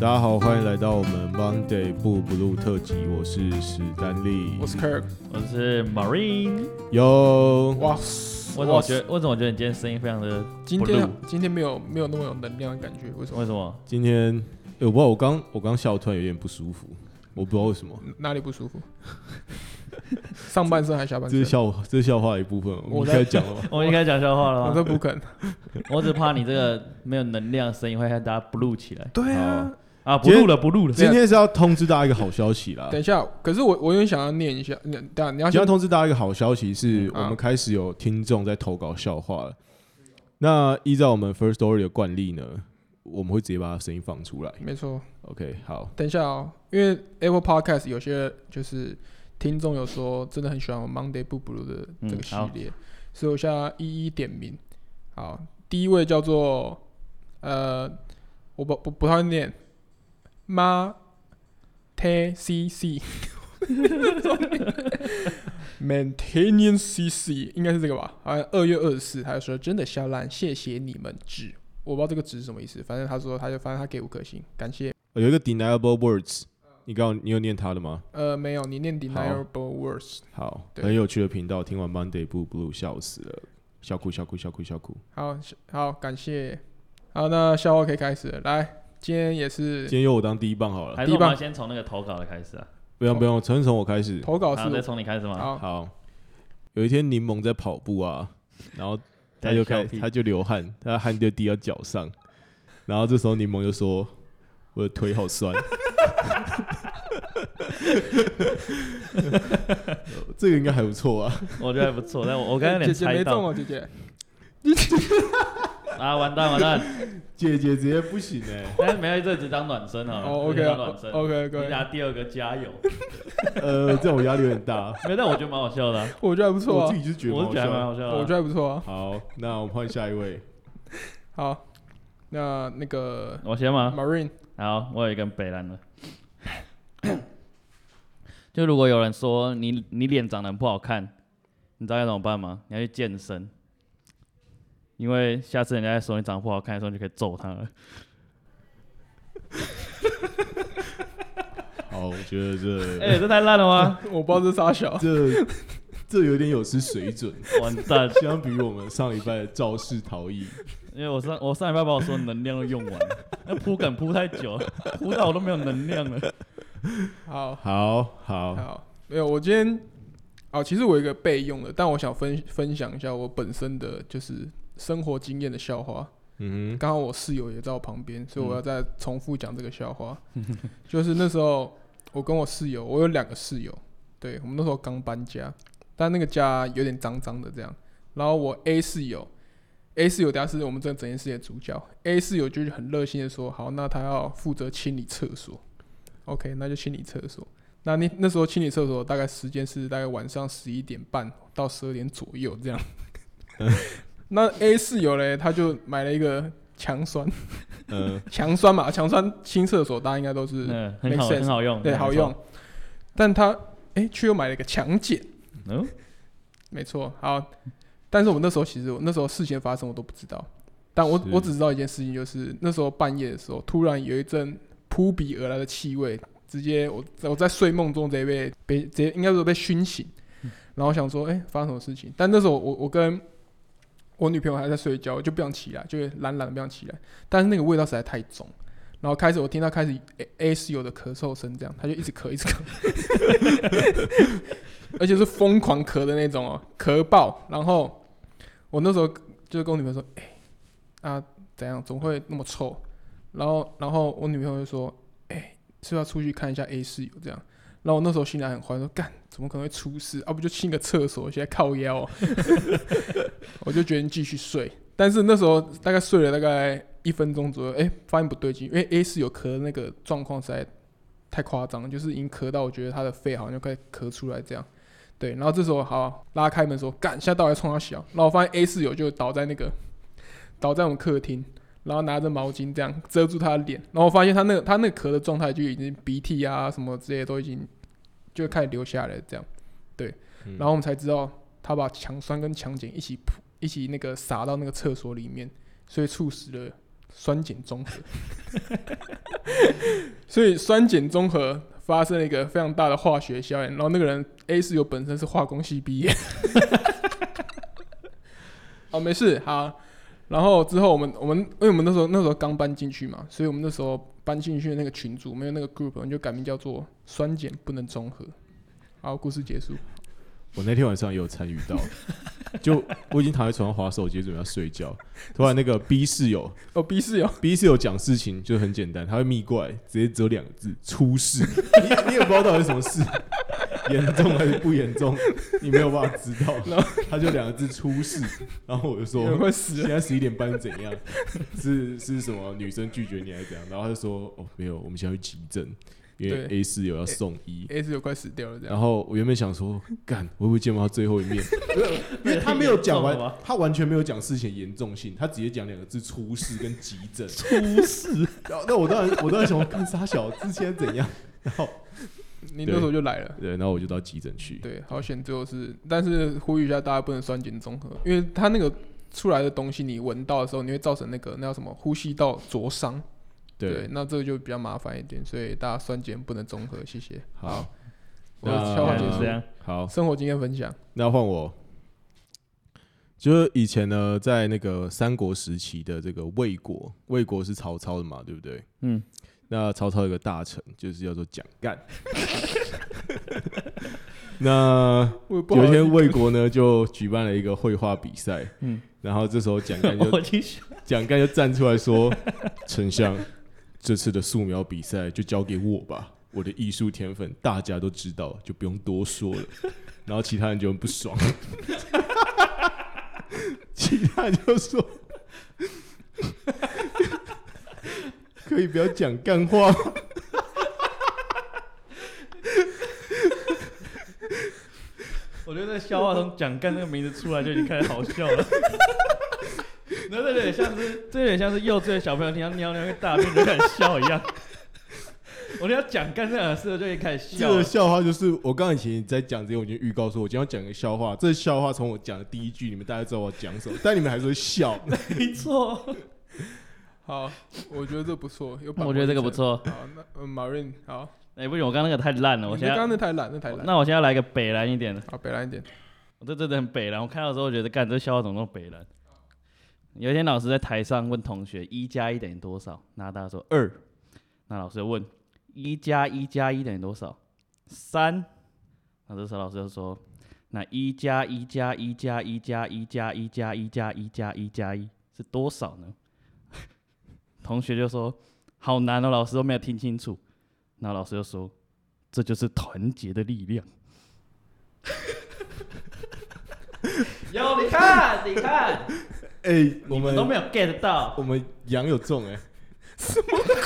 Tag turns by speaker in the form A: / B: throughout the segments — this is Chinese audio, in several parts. A: 大家好，欢迎来到我们 Monday 不 blue 特辑，我是史丹利。
B: 我是 Kirk，
C: 我是 Marine，
A: 有
B: 哇，
C: 我怎么觉得我怎么觉得你今天声音非常的
B: 今
C: 不
B: 天
C: 录
B: 今天没有没有那么有能量的感觉，为什么？
C: 为什么？
A: 今天、欸我不知道，我刚我刚下午突然有点不舒服，我不知道为什么。
B: 哪里不舒
C: ？
B: 服？上半身还是下半
A: 这
B: 身
A: 是？笑话，这是笑话的一部分，我
B: 我
A: 们
B: 在
A: 开始讲了吧
C: 我们应该讲笑话了
B: 我都
C: 吗？
B: 不肯。
C: 我只怕你这个没有能量，声音会让大家不录起来
B: 对啊，
C: 啊！不
A: 今天
C: 录了，不录了。
A: 今天是要通知大家一个好消息啦。
B: 等一下，可是我我有点想要念一下，你等一下你要
A: 今
B: 先
A: 天通知大家一个好消息是，我
B: 嗯
A: 们开始有听众在投稿笑话了。那依照我们 First Story 的惯例呢，我们会直接把它声音放出来。
B: 没错。
A: OK，好，
B: 等一下哦，因为 Apple Podcast 有些就是听众有说真的很喜欢我 Monday Blue Blue 的这个
C: 嗯
B: 系
C: 好
B: 列，所以我现在一一点名。好，第一位叫做呃，我不不不太会念，妈 t C C。Maintenance CC 应该是这个吧？好像二月二十四，他就说真的笑烂，谢谢你们指，我不知道这个指是什么意思，反正他说他就反正他给五颗星，感谢
A: 有一个 Deniable Words，你刚你有念它的吗？
B: 呃，没有，你念 deniable words。
A: 好，
B: 对
A: 很有趣的频道，听完 Monday Blue Blue 笑死了，笑哭笑哭笑哭笑哭。
B: 好，好，感谢。好，那笑话可以开始了。来，今天也是
A: 今天由我当第一棒好了，
C: 还
B: 第
C: 是我
B: 一
C: 们
B: 棒
C: 要先从那个投稿的开始啊？
A: 不用不用，从从我开始。
B: 投稿
C: 然后再
B: 哦是
C: 从你开始吗？
B: 好，
A: 好，有一天柠檬在跑步啊，然后他
C: 在
A: 就
C: 笑
A: 开
C: 屁
A: 他就流汗，他的汗就滴到脚上，然后这时候柠檬就说：“我的腿好酸。” 这个应该还不错啊，
C: 我觉得还不错， 但我我刚刚有
B: 姐
C: 点
B: 姐没
C: 猜
B: 中
C: 到
B: 哦，姐姐。
C: 啊！完蛋完蛋！
A: 姐姐直接不行哎、
C: 但是没有这只当暖身好了，
B: 哦
C: 直接当暖身。
B: ，OK，OK，
C: 你
B: OK，
C: 拿第二个加油，
A: 呃，这种压力有点大，
C: 没有，但我觉得蛮好笑的啊，
B: 我觉得还不错
A: 我
B: 啊
A: 自，己就觉得
C: 我
A: 蛮
C: 是
A: 好
C: 觉
A: 笑
C: 得蛮
A: 的。
C: 好笑
B: 我觉
C: 的啊。
B: 得还不错啊。
A: 好，那我们换下一 位。
B: 好，那那个
C: 我先吗？
B: Marine，
C: 好，我有一根北兰了。 就如果有人说你你脸长得很不好看，你知道该怎么办吗？你要去健身，因为下次人家在说你长得不好看的时候，你就可以揍他了。
A: 好，我觉得这、。
C: 哎、这太烂了吗？
B: 我不知道这是啥小
A: 这这有点有失水准，
C: 完蛋！
A: 相比于我们上礼拜的肇事逃逸，
C: 因为我上我上礼拜把我所有能量都用完了，那铺梗铺太久了，铺到我都没有能量了。
B: 好，
A: 好好，
B: 好，没有，我今天哦，其实我有一个备用的，但我想分分享一下我本身的就是生活经验的笑话。
A: 嗯
B: 刚好我室友也在我旁边，所以我要再重复讲这个笑话。就是那时候我跟我室友，我有两个室友，对我们那时候刚搬家，但那个家有点脏脏的这样。然后我 A 室友，A 室友等下是我们这个整件事情的主角，A 室友就是很热心的说，好，那他要负责清理厕所，OK，那就清理厕所。那你那时候清理厕所大概时间是大概晚上十一点半到十二点左右这样。那 A 室友嘞，他就买了一个强酸，
A: 哼，嗯，
B: 强酸嘛，强酸清厕所，大家应该都是、
C: 嗯，很好，
B: make sense
C: 很好用，
B: 对好用。但他哎、却又买了一个强碱，
C: 嗯，
B: 没错，好。但是我那时候其实我那时候事情发生我都不知道，但我
A: 是
B: 我只知道一件事情，就是那时候半夜的时候，突然有一阵扑鼻而来的气味，直接我我在睡梦中直接被被直接应该说被熏醒，然后想说哎、诶发生什么事情？但那时候我我跟我女朋友还在睡觉，就不想起来，就懒懒的不想起来。但是那个味道实在太重，然后开始我听到开始 A A 室友的咳嗽声，这样他就一直咳一直咳，而且是疯狂咳的那种哦，咳爆。然后我那时候就跟我女朋友说：“哎、啊怎样，怎么会那么臭？”然后然后我女朋友就说：“哎、是不是要出去看一下 A 室友这样。”然后我那时候心里还很慌，说干怎么可能会出事？啊不就清个厕所，现在靠腰、哦， 我就决定继续睡。但是那时候大概睡了大概一分钟左右，哎、发现不对劲，因为 A 室友咳的那个状况实在太夸张，就是已经咳到我觉得他的肺好像就快咳出来这样。对，然后这时候好拉开门说干，现在到底冲他小，然后我发现 A 室友就倒在那个倒在我们客厅，然后拿着毛巾这样遮住他的脸，然后我发现他那个他那个咳的状态就已经鼻涕啊什么之类的都已经就开始流下来了这样，对，
A: 嗯
B: 然后我们才知道他把强酸跟强碱一起扑一起那个撒到那个厕所里面，所以促使了酸碱中和。所以酸碱中和发生了一个非常大的化学效应，然后那个人 A 室友本身是化工系毕业。 哦，没事，好。然后之后我们我们因为我们那时候那时候刚搬进去嘛，所以我们那时候搬进去的那个群组没有那个 group，我们就改名叫做酸碱不能中和。好，故事结束。
A: 我那天晚上也有参与到，就我已经躺在床上划手机，准备要睡觉，突然那个 B 室友
B: 哦，B 室友，
A: ，B 室友讲事情就很简单，他会密过来，直接只有两个字：出事。你你也不知道到底是什么事， 严重还是不严重，你没有办法知道。
B: 然
A: 他就两个字：出事。然后我就
B: 有
A: 说
B: 人会死
A: 现在
B: 了。
A: 十一点半是怎样？ 是是什么女生拒绝你还是怎样？然后他就说哦没有，我们现在去急诊，因为
B: 对
A: A 室友要送医。
B: A 室友快死掉了，这样。
A: 然后我原本想说，干会不会见不到最后一面？因为 他没有讲
C: 严重
A: 完
C: 了吗，
A: 他完全没有讲事情的严重性，他直接讲两个字：出事跟急 诊。
C: 出事，
A: 然后那我当然我当然想说，看傻小子现在怎样？ 然后
B: 你那时候就来了。
A: 对，然后我就到急诊去。
B: 对，啊好险最后是，但是呼吁一下大家不能酸碱中和，因为它那个出来的东西你闻到的时候，你会造成那个那叫什么呼吸道灼伤，
A: 对，
B: 那这个就比较麻烦一点，所以大家酸碱不能中和，谢谢。
A: 好，
B: 我的笑话结
C: 那
B: 束
C: 嗯这，样
A: 好，
B: 生活经验分享，
A: 那换我，就是以前呢，在那个三国时期的这个魏国，魏国是曹操的嘛，对不对？
C: 嗯，
A: 那曹操有个大臣，就是叫做蒋干。 那
B: 我也不好
A: 有一
B: 意思
A: 天，魏国呢就举办了一个绘画比赛，
C: 嗯
A: 然后这时候蒋干就
C: 我去想，
A: 蒋干就站出来说：“ 丞相，这次的素描比赛就交给我吧，我的艺术天分大家都知道，就不用多说了。” 然后其他人就很不爽， 其他人就说：“ 可以不要讲干话吗？”
C: 我觉得那个笑话从蒋干那个名字出来就已经开始好笑了。 那这有点像是，这有点像是幼稚的小朋友听到尿尿跟大便就开始笑一 样。我听到蒋干这两个字就已经开始
A: 这
C: 笑了
A: 个。笑话就是我刚刚以前在讲之前，我已经预告说，我今天要讲一个笑话。这笑话从我讲的第一句，你们大家知道我讲什么，但你们还是会 笑。
C: 没错，
B: 好，我觉得这不错，有
C: 我觉得这个不。错。
B: 好，那呃，Marine，好，
C: 哎、不行，我刚刚那个太烂了，我
B: 你
C: 现在哦
B: 刚刚那太懒，那太懒，
C: 那我现在来个北蓝一点的，
B: 好，北来一点。
C: 我这真的很北蓝。我看到的时候觉得，干这笑话怎么那么北蓝？有一天老师在台上问同学一加一等于多少，那大家说二，那老师又问一加一加一等于多少，三，那这时候老师就说，那一加一加一加一加一加一加一加一加一加一是多少呢？ 同学就说好难哦，老师都没有听清楚。那老师就说，这就是团结的力量。有，你看，你看，
A: 哎、我
C: 你
A: 们
C: 们都没有 get 到。
A: 我们羊有中哎、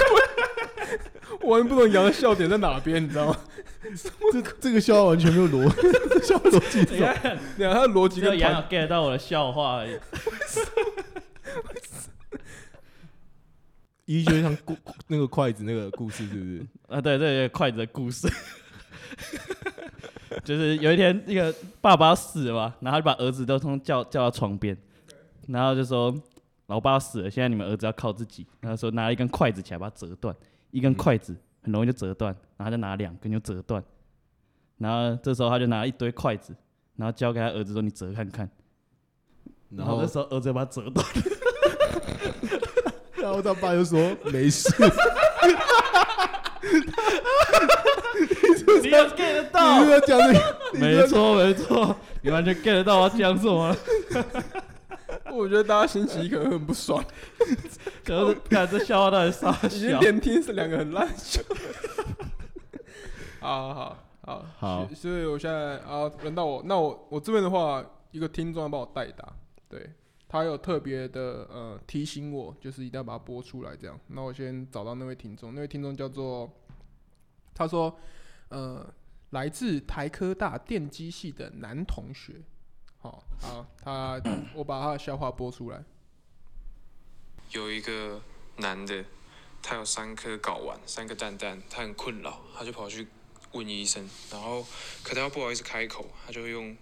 B: 我很不懂杨的笑点在哪边，你知道吗？
A: 这这个笑话完全没有逻， 这笑话逻辑
C: 你
A: 走。
C: 看，
B: 两他的逻辑
C: 只有
B: 跟
C: 杨
B: 团
C: 有 get 到我的笑话而已。
A: 一就像故那个筷子那个故事是不是？
C: 啊，对，这个筷子的故事， 就是有一天那个爸爸死了嘛，然后他就把儿子都通叫叫到床边，然后就说老爸死了，现在你们儿子要靠自己。然后说拿了一根筷子起来把它折断，一根筷子很容易就折断，然后他就拿两根就折断，然后这时候他就拿一堆筷子，然后交给他儿子说你折看看，然
A: 然
C: 后
A: 后
C: 这时候儿子把它折断。
A: 然后他爸就说没 事，
C: 你有 get 得
A: 你
C: 到
A: 不？要讲这个，
C: 没错没错，你完全 get 得到我要讲什么了。
B: 我觉得大家星期一可能很不爽，
C: 可是看这笑话到底是啥
B: 已经
C: 笑？
B: 连听是两个很烂笑。 好好好
A: 好
B: 所以所以我现在啊，轮到我，那我我这边的话，一个听众要帮我代打，对他有特别的呃提醒我，就是一定要把它播出来这样。那我先找到那位听众，那位听众叫做，他说，呃，来自台科大电机系的男同学，好好，他我把他的笑话播出来。
D: 有一个男的，他有三颗睾丸，三个蛋蛋，他很困扰，他就跑去问医生，然后可他又不好意思开口，他就用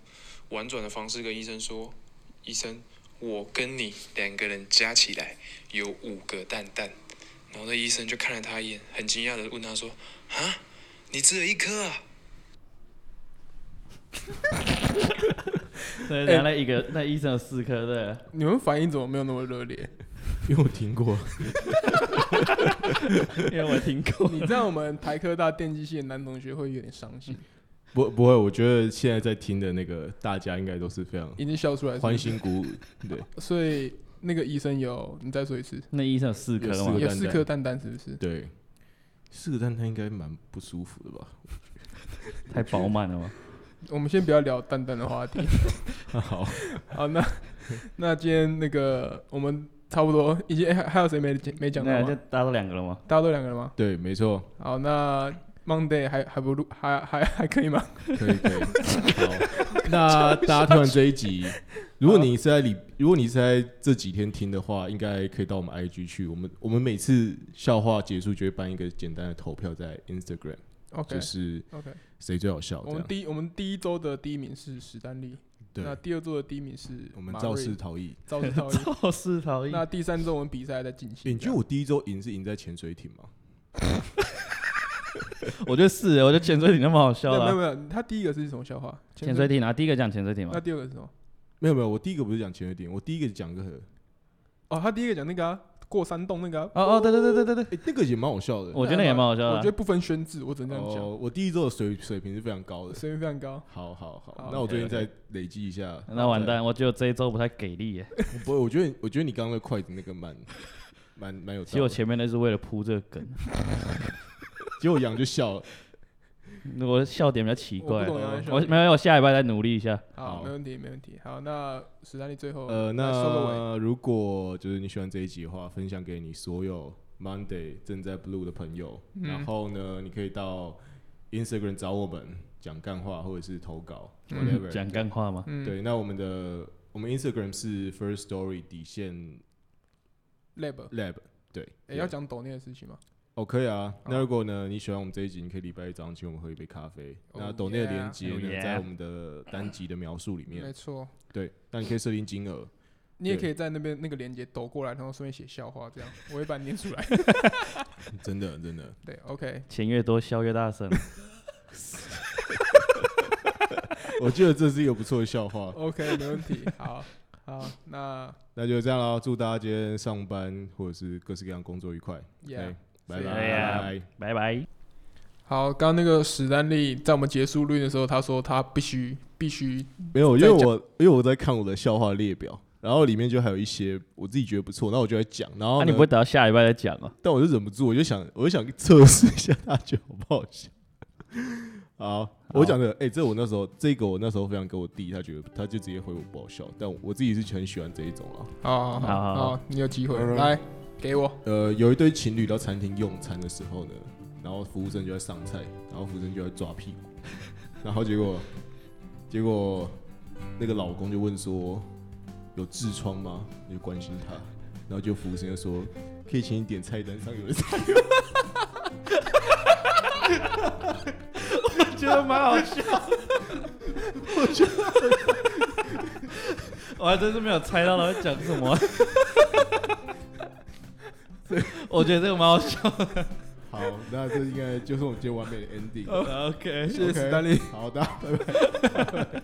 D: 婉转的方式跟医生说：“医生，我跟你两个人加起来有五个蛋蛋。”然后那医生就看了他一眼，很惊讶的问他说：“啊，你只有一颗啊？”
C: 对，然后那一个那医生有四颗，对，
B: 你们反应怎么没有那么热烈？
A: 因为我听过，
C: 因为我听 过。
B: 你这样我们台科大电机系的男同学会有点伤心，
A: 不不会，我觉得现在在听的那个大家应该都是非常
B: 已经笑出来是不是
A: 欢。欣鼓舞，对，
B: 所以那个医生有，你再说一次，
C: 那医生有四颗
A: 有四
C: 嘛
A: 个？
B: 有
A: 蛋
B: 四
A: 蛋
B: 颗蛋蛋是不是？
A: 对，四个蛋他应该蛮不舒服的 吧？
C: 太饱满了嘛？
B: 我们先不要聊蛋蛋 的话题。
A: 好，
B: 好，那那今天那个我们差不多，已经、哎还还有谁没讲没讲到
C: 那就
B: 吗？
C: 搭到两个 了吗？
B: 大家都两个人吗？
A: 对，没错，
B: 好，那 Monday 还还不录，还还还可以吗？
A: 可以可 以。好，那大家听完这一集，如果你是在里，如果你是在这几天听的话，应该可以到我们 IG 去。我们我们每次笑话结束就会办一个简单的投票在 Instagram，
B: OK
A: 就是
B: OK，
A: 谁最好笑
B: 我
A: 这
B: 们
A: 样。
B: 第一我们第一周的第一名是史丹利，
A: 对，
B: 那第二周的第一名是
A: 我们
B: 马
A: 肇
B: 瑞
A: 事逃逸。
B: 肇事 逃逸。
C: 肇事逃逸
B: 那第三周我们比赛还在进
A: 欸
B: 行
A: 你觉
B: 这
A: 得
B: 样，
A: 我第一周赢是赢在潜水艇吗？
C: 我觉得是，我觉得潜水艇那么好笑
B: 没有
A: 啊
B: 没有
C: 了。
B: 没有，他第一个是什么笑话？
C: 潜水，艇啊，第一个讲潜水艇嘛
B: 那，第二个是什么？
A: 没有没有，我第一个不是讲潜水艇，我第一个讲个很，欸
B: 哦，他第一个讲那个啊，过山洞那个啊，哎
C: 哦哦，对对对对对对，
A: 哎、那个也蛮好笑的。
C: 我觉得那也蛮好笑
B: 我觉
C: 的啊
B: 得。不分宣制，我只能这样讲，
A: 哦，我第一周的水水平是非常高的。
B: 声音非常高。
A: 好好好，
B: 好
A: 那我最近
C: OK，OK
A: 再累积一下。
C: 那完蛋，我觉得这一周不太给力耶。
A: 对！不会，我觉得我觉得你刚刚的筷子那个 蛮蛮蛮有道理。
C: 其实我前面那是为了铺这个梗，
A: 结果杨就笑 了。
C: 我的笑点比较奇
B: 我不
C: 怪。
B: 懂
A: 哦
B: 杨
C: 我
B: 轩，
C: 没有，我下礼拜再努力一下。
B: 好，
A: 好
B: 没问题，没问题。好，那史丹利最后
A: 呃，
B: 来收个尾。
A: 那如果就是你喜欢这一集的话，分享给你所有 Monday 正在 Blue 的朋友。
B: 嗯
A: 然后呢，你可以到 Instagram 找我们讲干话，或者是投稿
B: 嗯
A: whatever。
C: 讲干话吗？
B: 嗯，
A: 对，那我们的我们 Instagram 是 First Story 底线
B: ，lab，
A: Lab，对，
B: 哎，要讲抖内的事情吗？
A: 哦，可以啊。那
B: 好
A: 如果呢，你喜欢我们这一集，你可以礼拜一早上请我们喝一杯咖啡。
B: Oh
A: 那抖内的
B: yeah
A: 连接
C: Oh
A: 呢，
C: yeah
A: 在我们的单集的描述里
B: 没
A: 面。
B: 错，
A: 对，那你可以设定金额。
B: 你也
A: 对
B: 可以在那边那个链接抖过来，然后顺便写笑话，这样我会把你念出来。
A: 真的，真的，
B: 对，OK，
C: 钱越多，笑越大 声。
A: 我觉得这是一个不错的笑话。
B: OK，没问题。好，好，那
A: 那就这样啦，祝大家今天上班或者是各式各样工作愉快。
B: Yeah，
A: OK，拜
B: see ya
A: 拜。
C: 拜拜。
B: 好，刚刚那个史丹利在我们结束录音的时候，他说他必须必须
A: 没有，因为
B: 再讲
A: 我因为我在看我的笑话列表，然后里面就还有一些我自己觉得不错，那我就来讲。然后
C: 哦那
A: 呢
C: 啊你不会等到下礼拜再讲啊吗？
A: 但我就忍不住，我就想，我就想测试一下大家好不好笑。好，我讲的，哎、这我那时候，这个我那时候分享给我弟，他觉得他就直接回我不好笑，但我自己是很喜欢这一种啊。
B: 哦好好
C: 好
B: 好
C: 好
B: 好，你有机会
A: 嗯
B: 来给我。
A: 呃，有一对情侣到餐厅用餐的时候呢，然后服务生就在上菜，然后服务生就在抓屁股，然后结果，结果那个老公就问说，有痔疮吗？你就关心他，然后就服务生就说，可以请你点菜单上有的菜吗。
C: 觉得蛮好笑。我觉得，我还真是没有猜到他会讲什么。我觉得 这个蛮好笑 的。
A: 好，那 这应该就是我们今天完美的 ending。
C: OK，
B: 谢谢史丹利。
A: 好的，拜拜。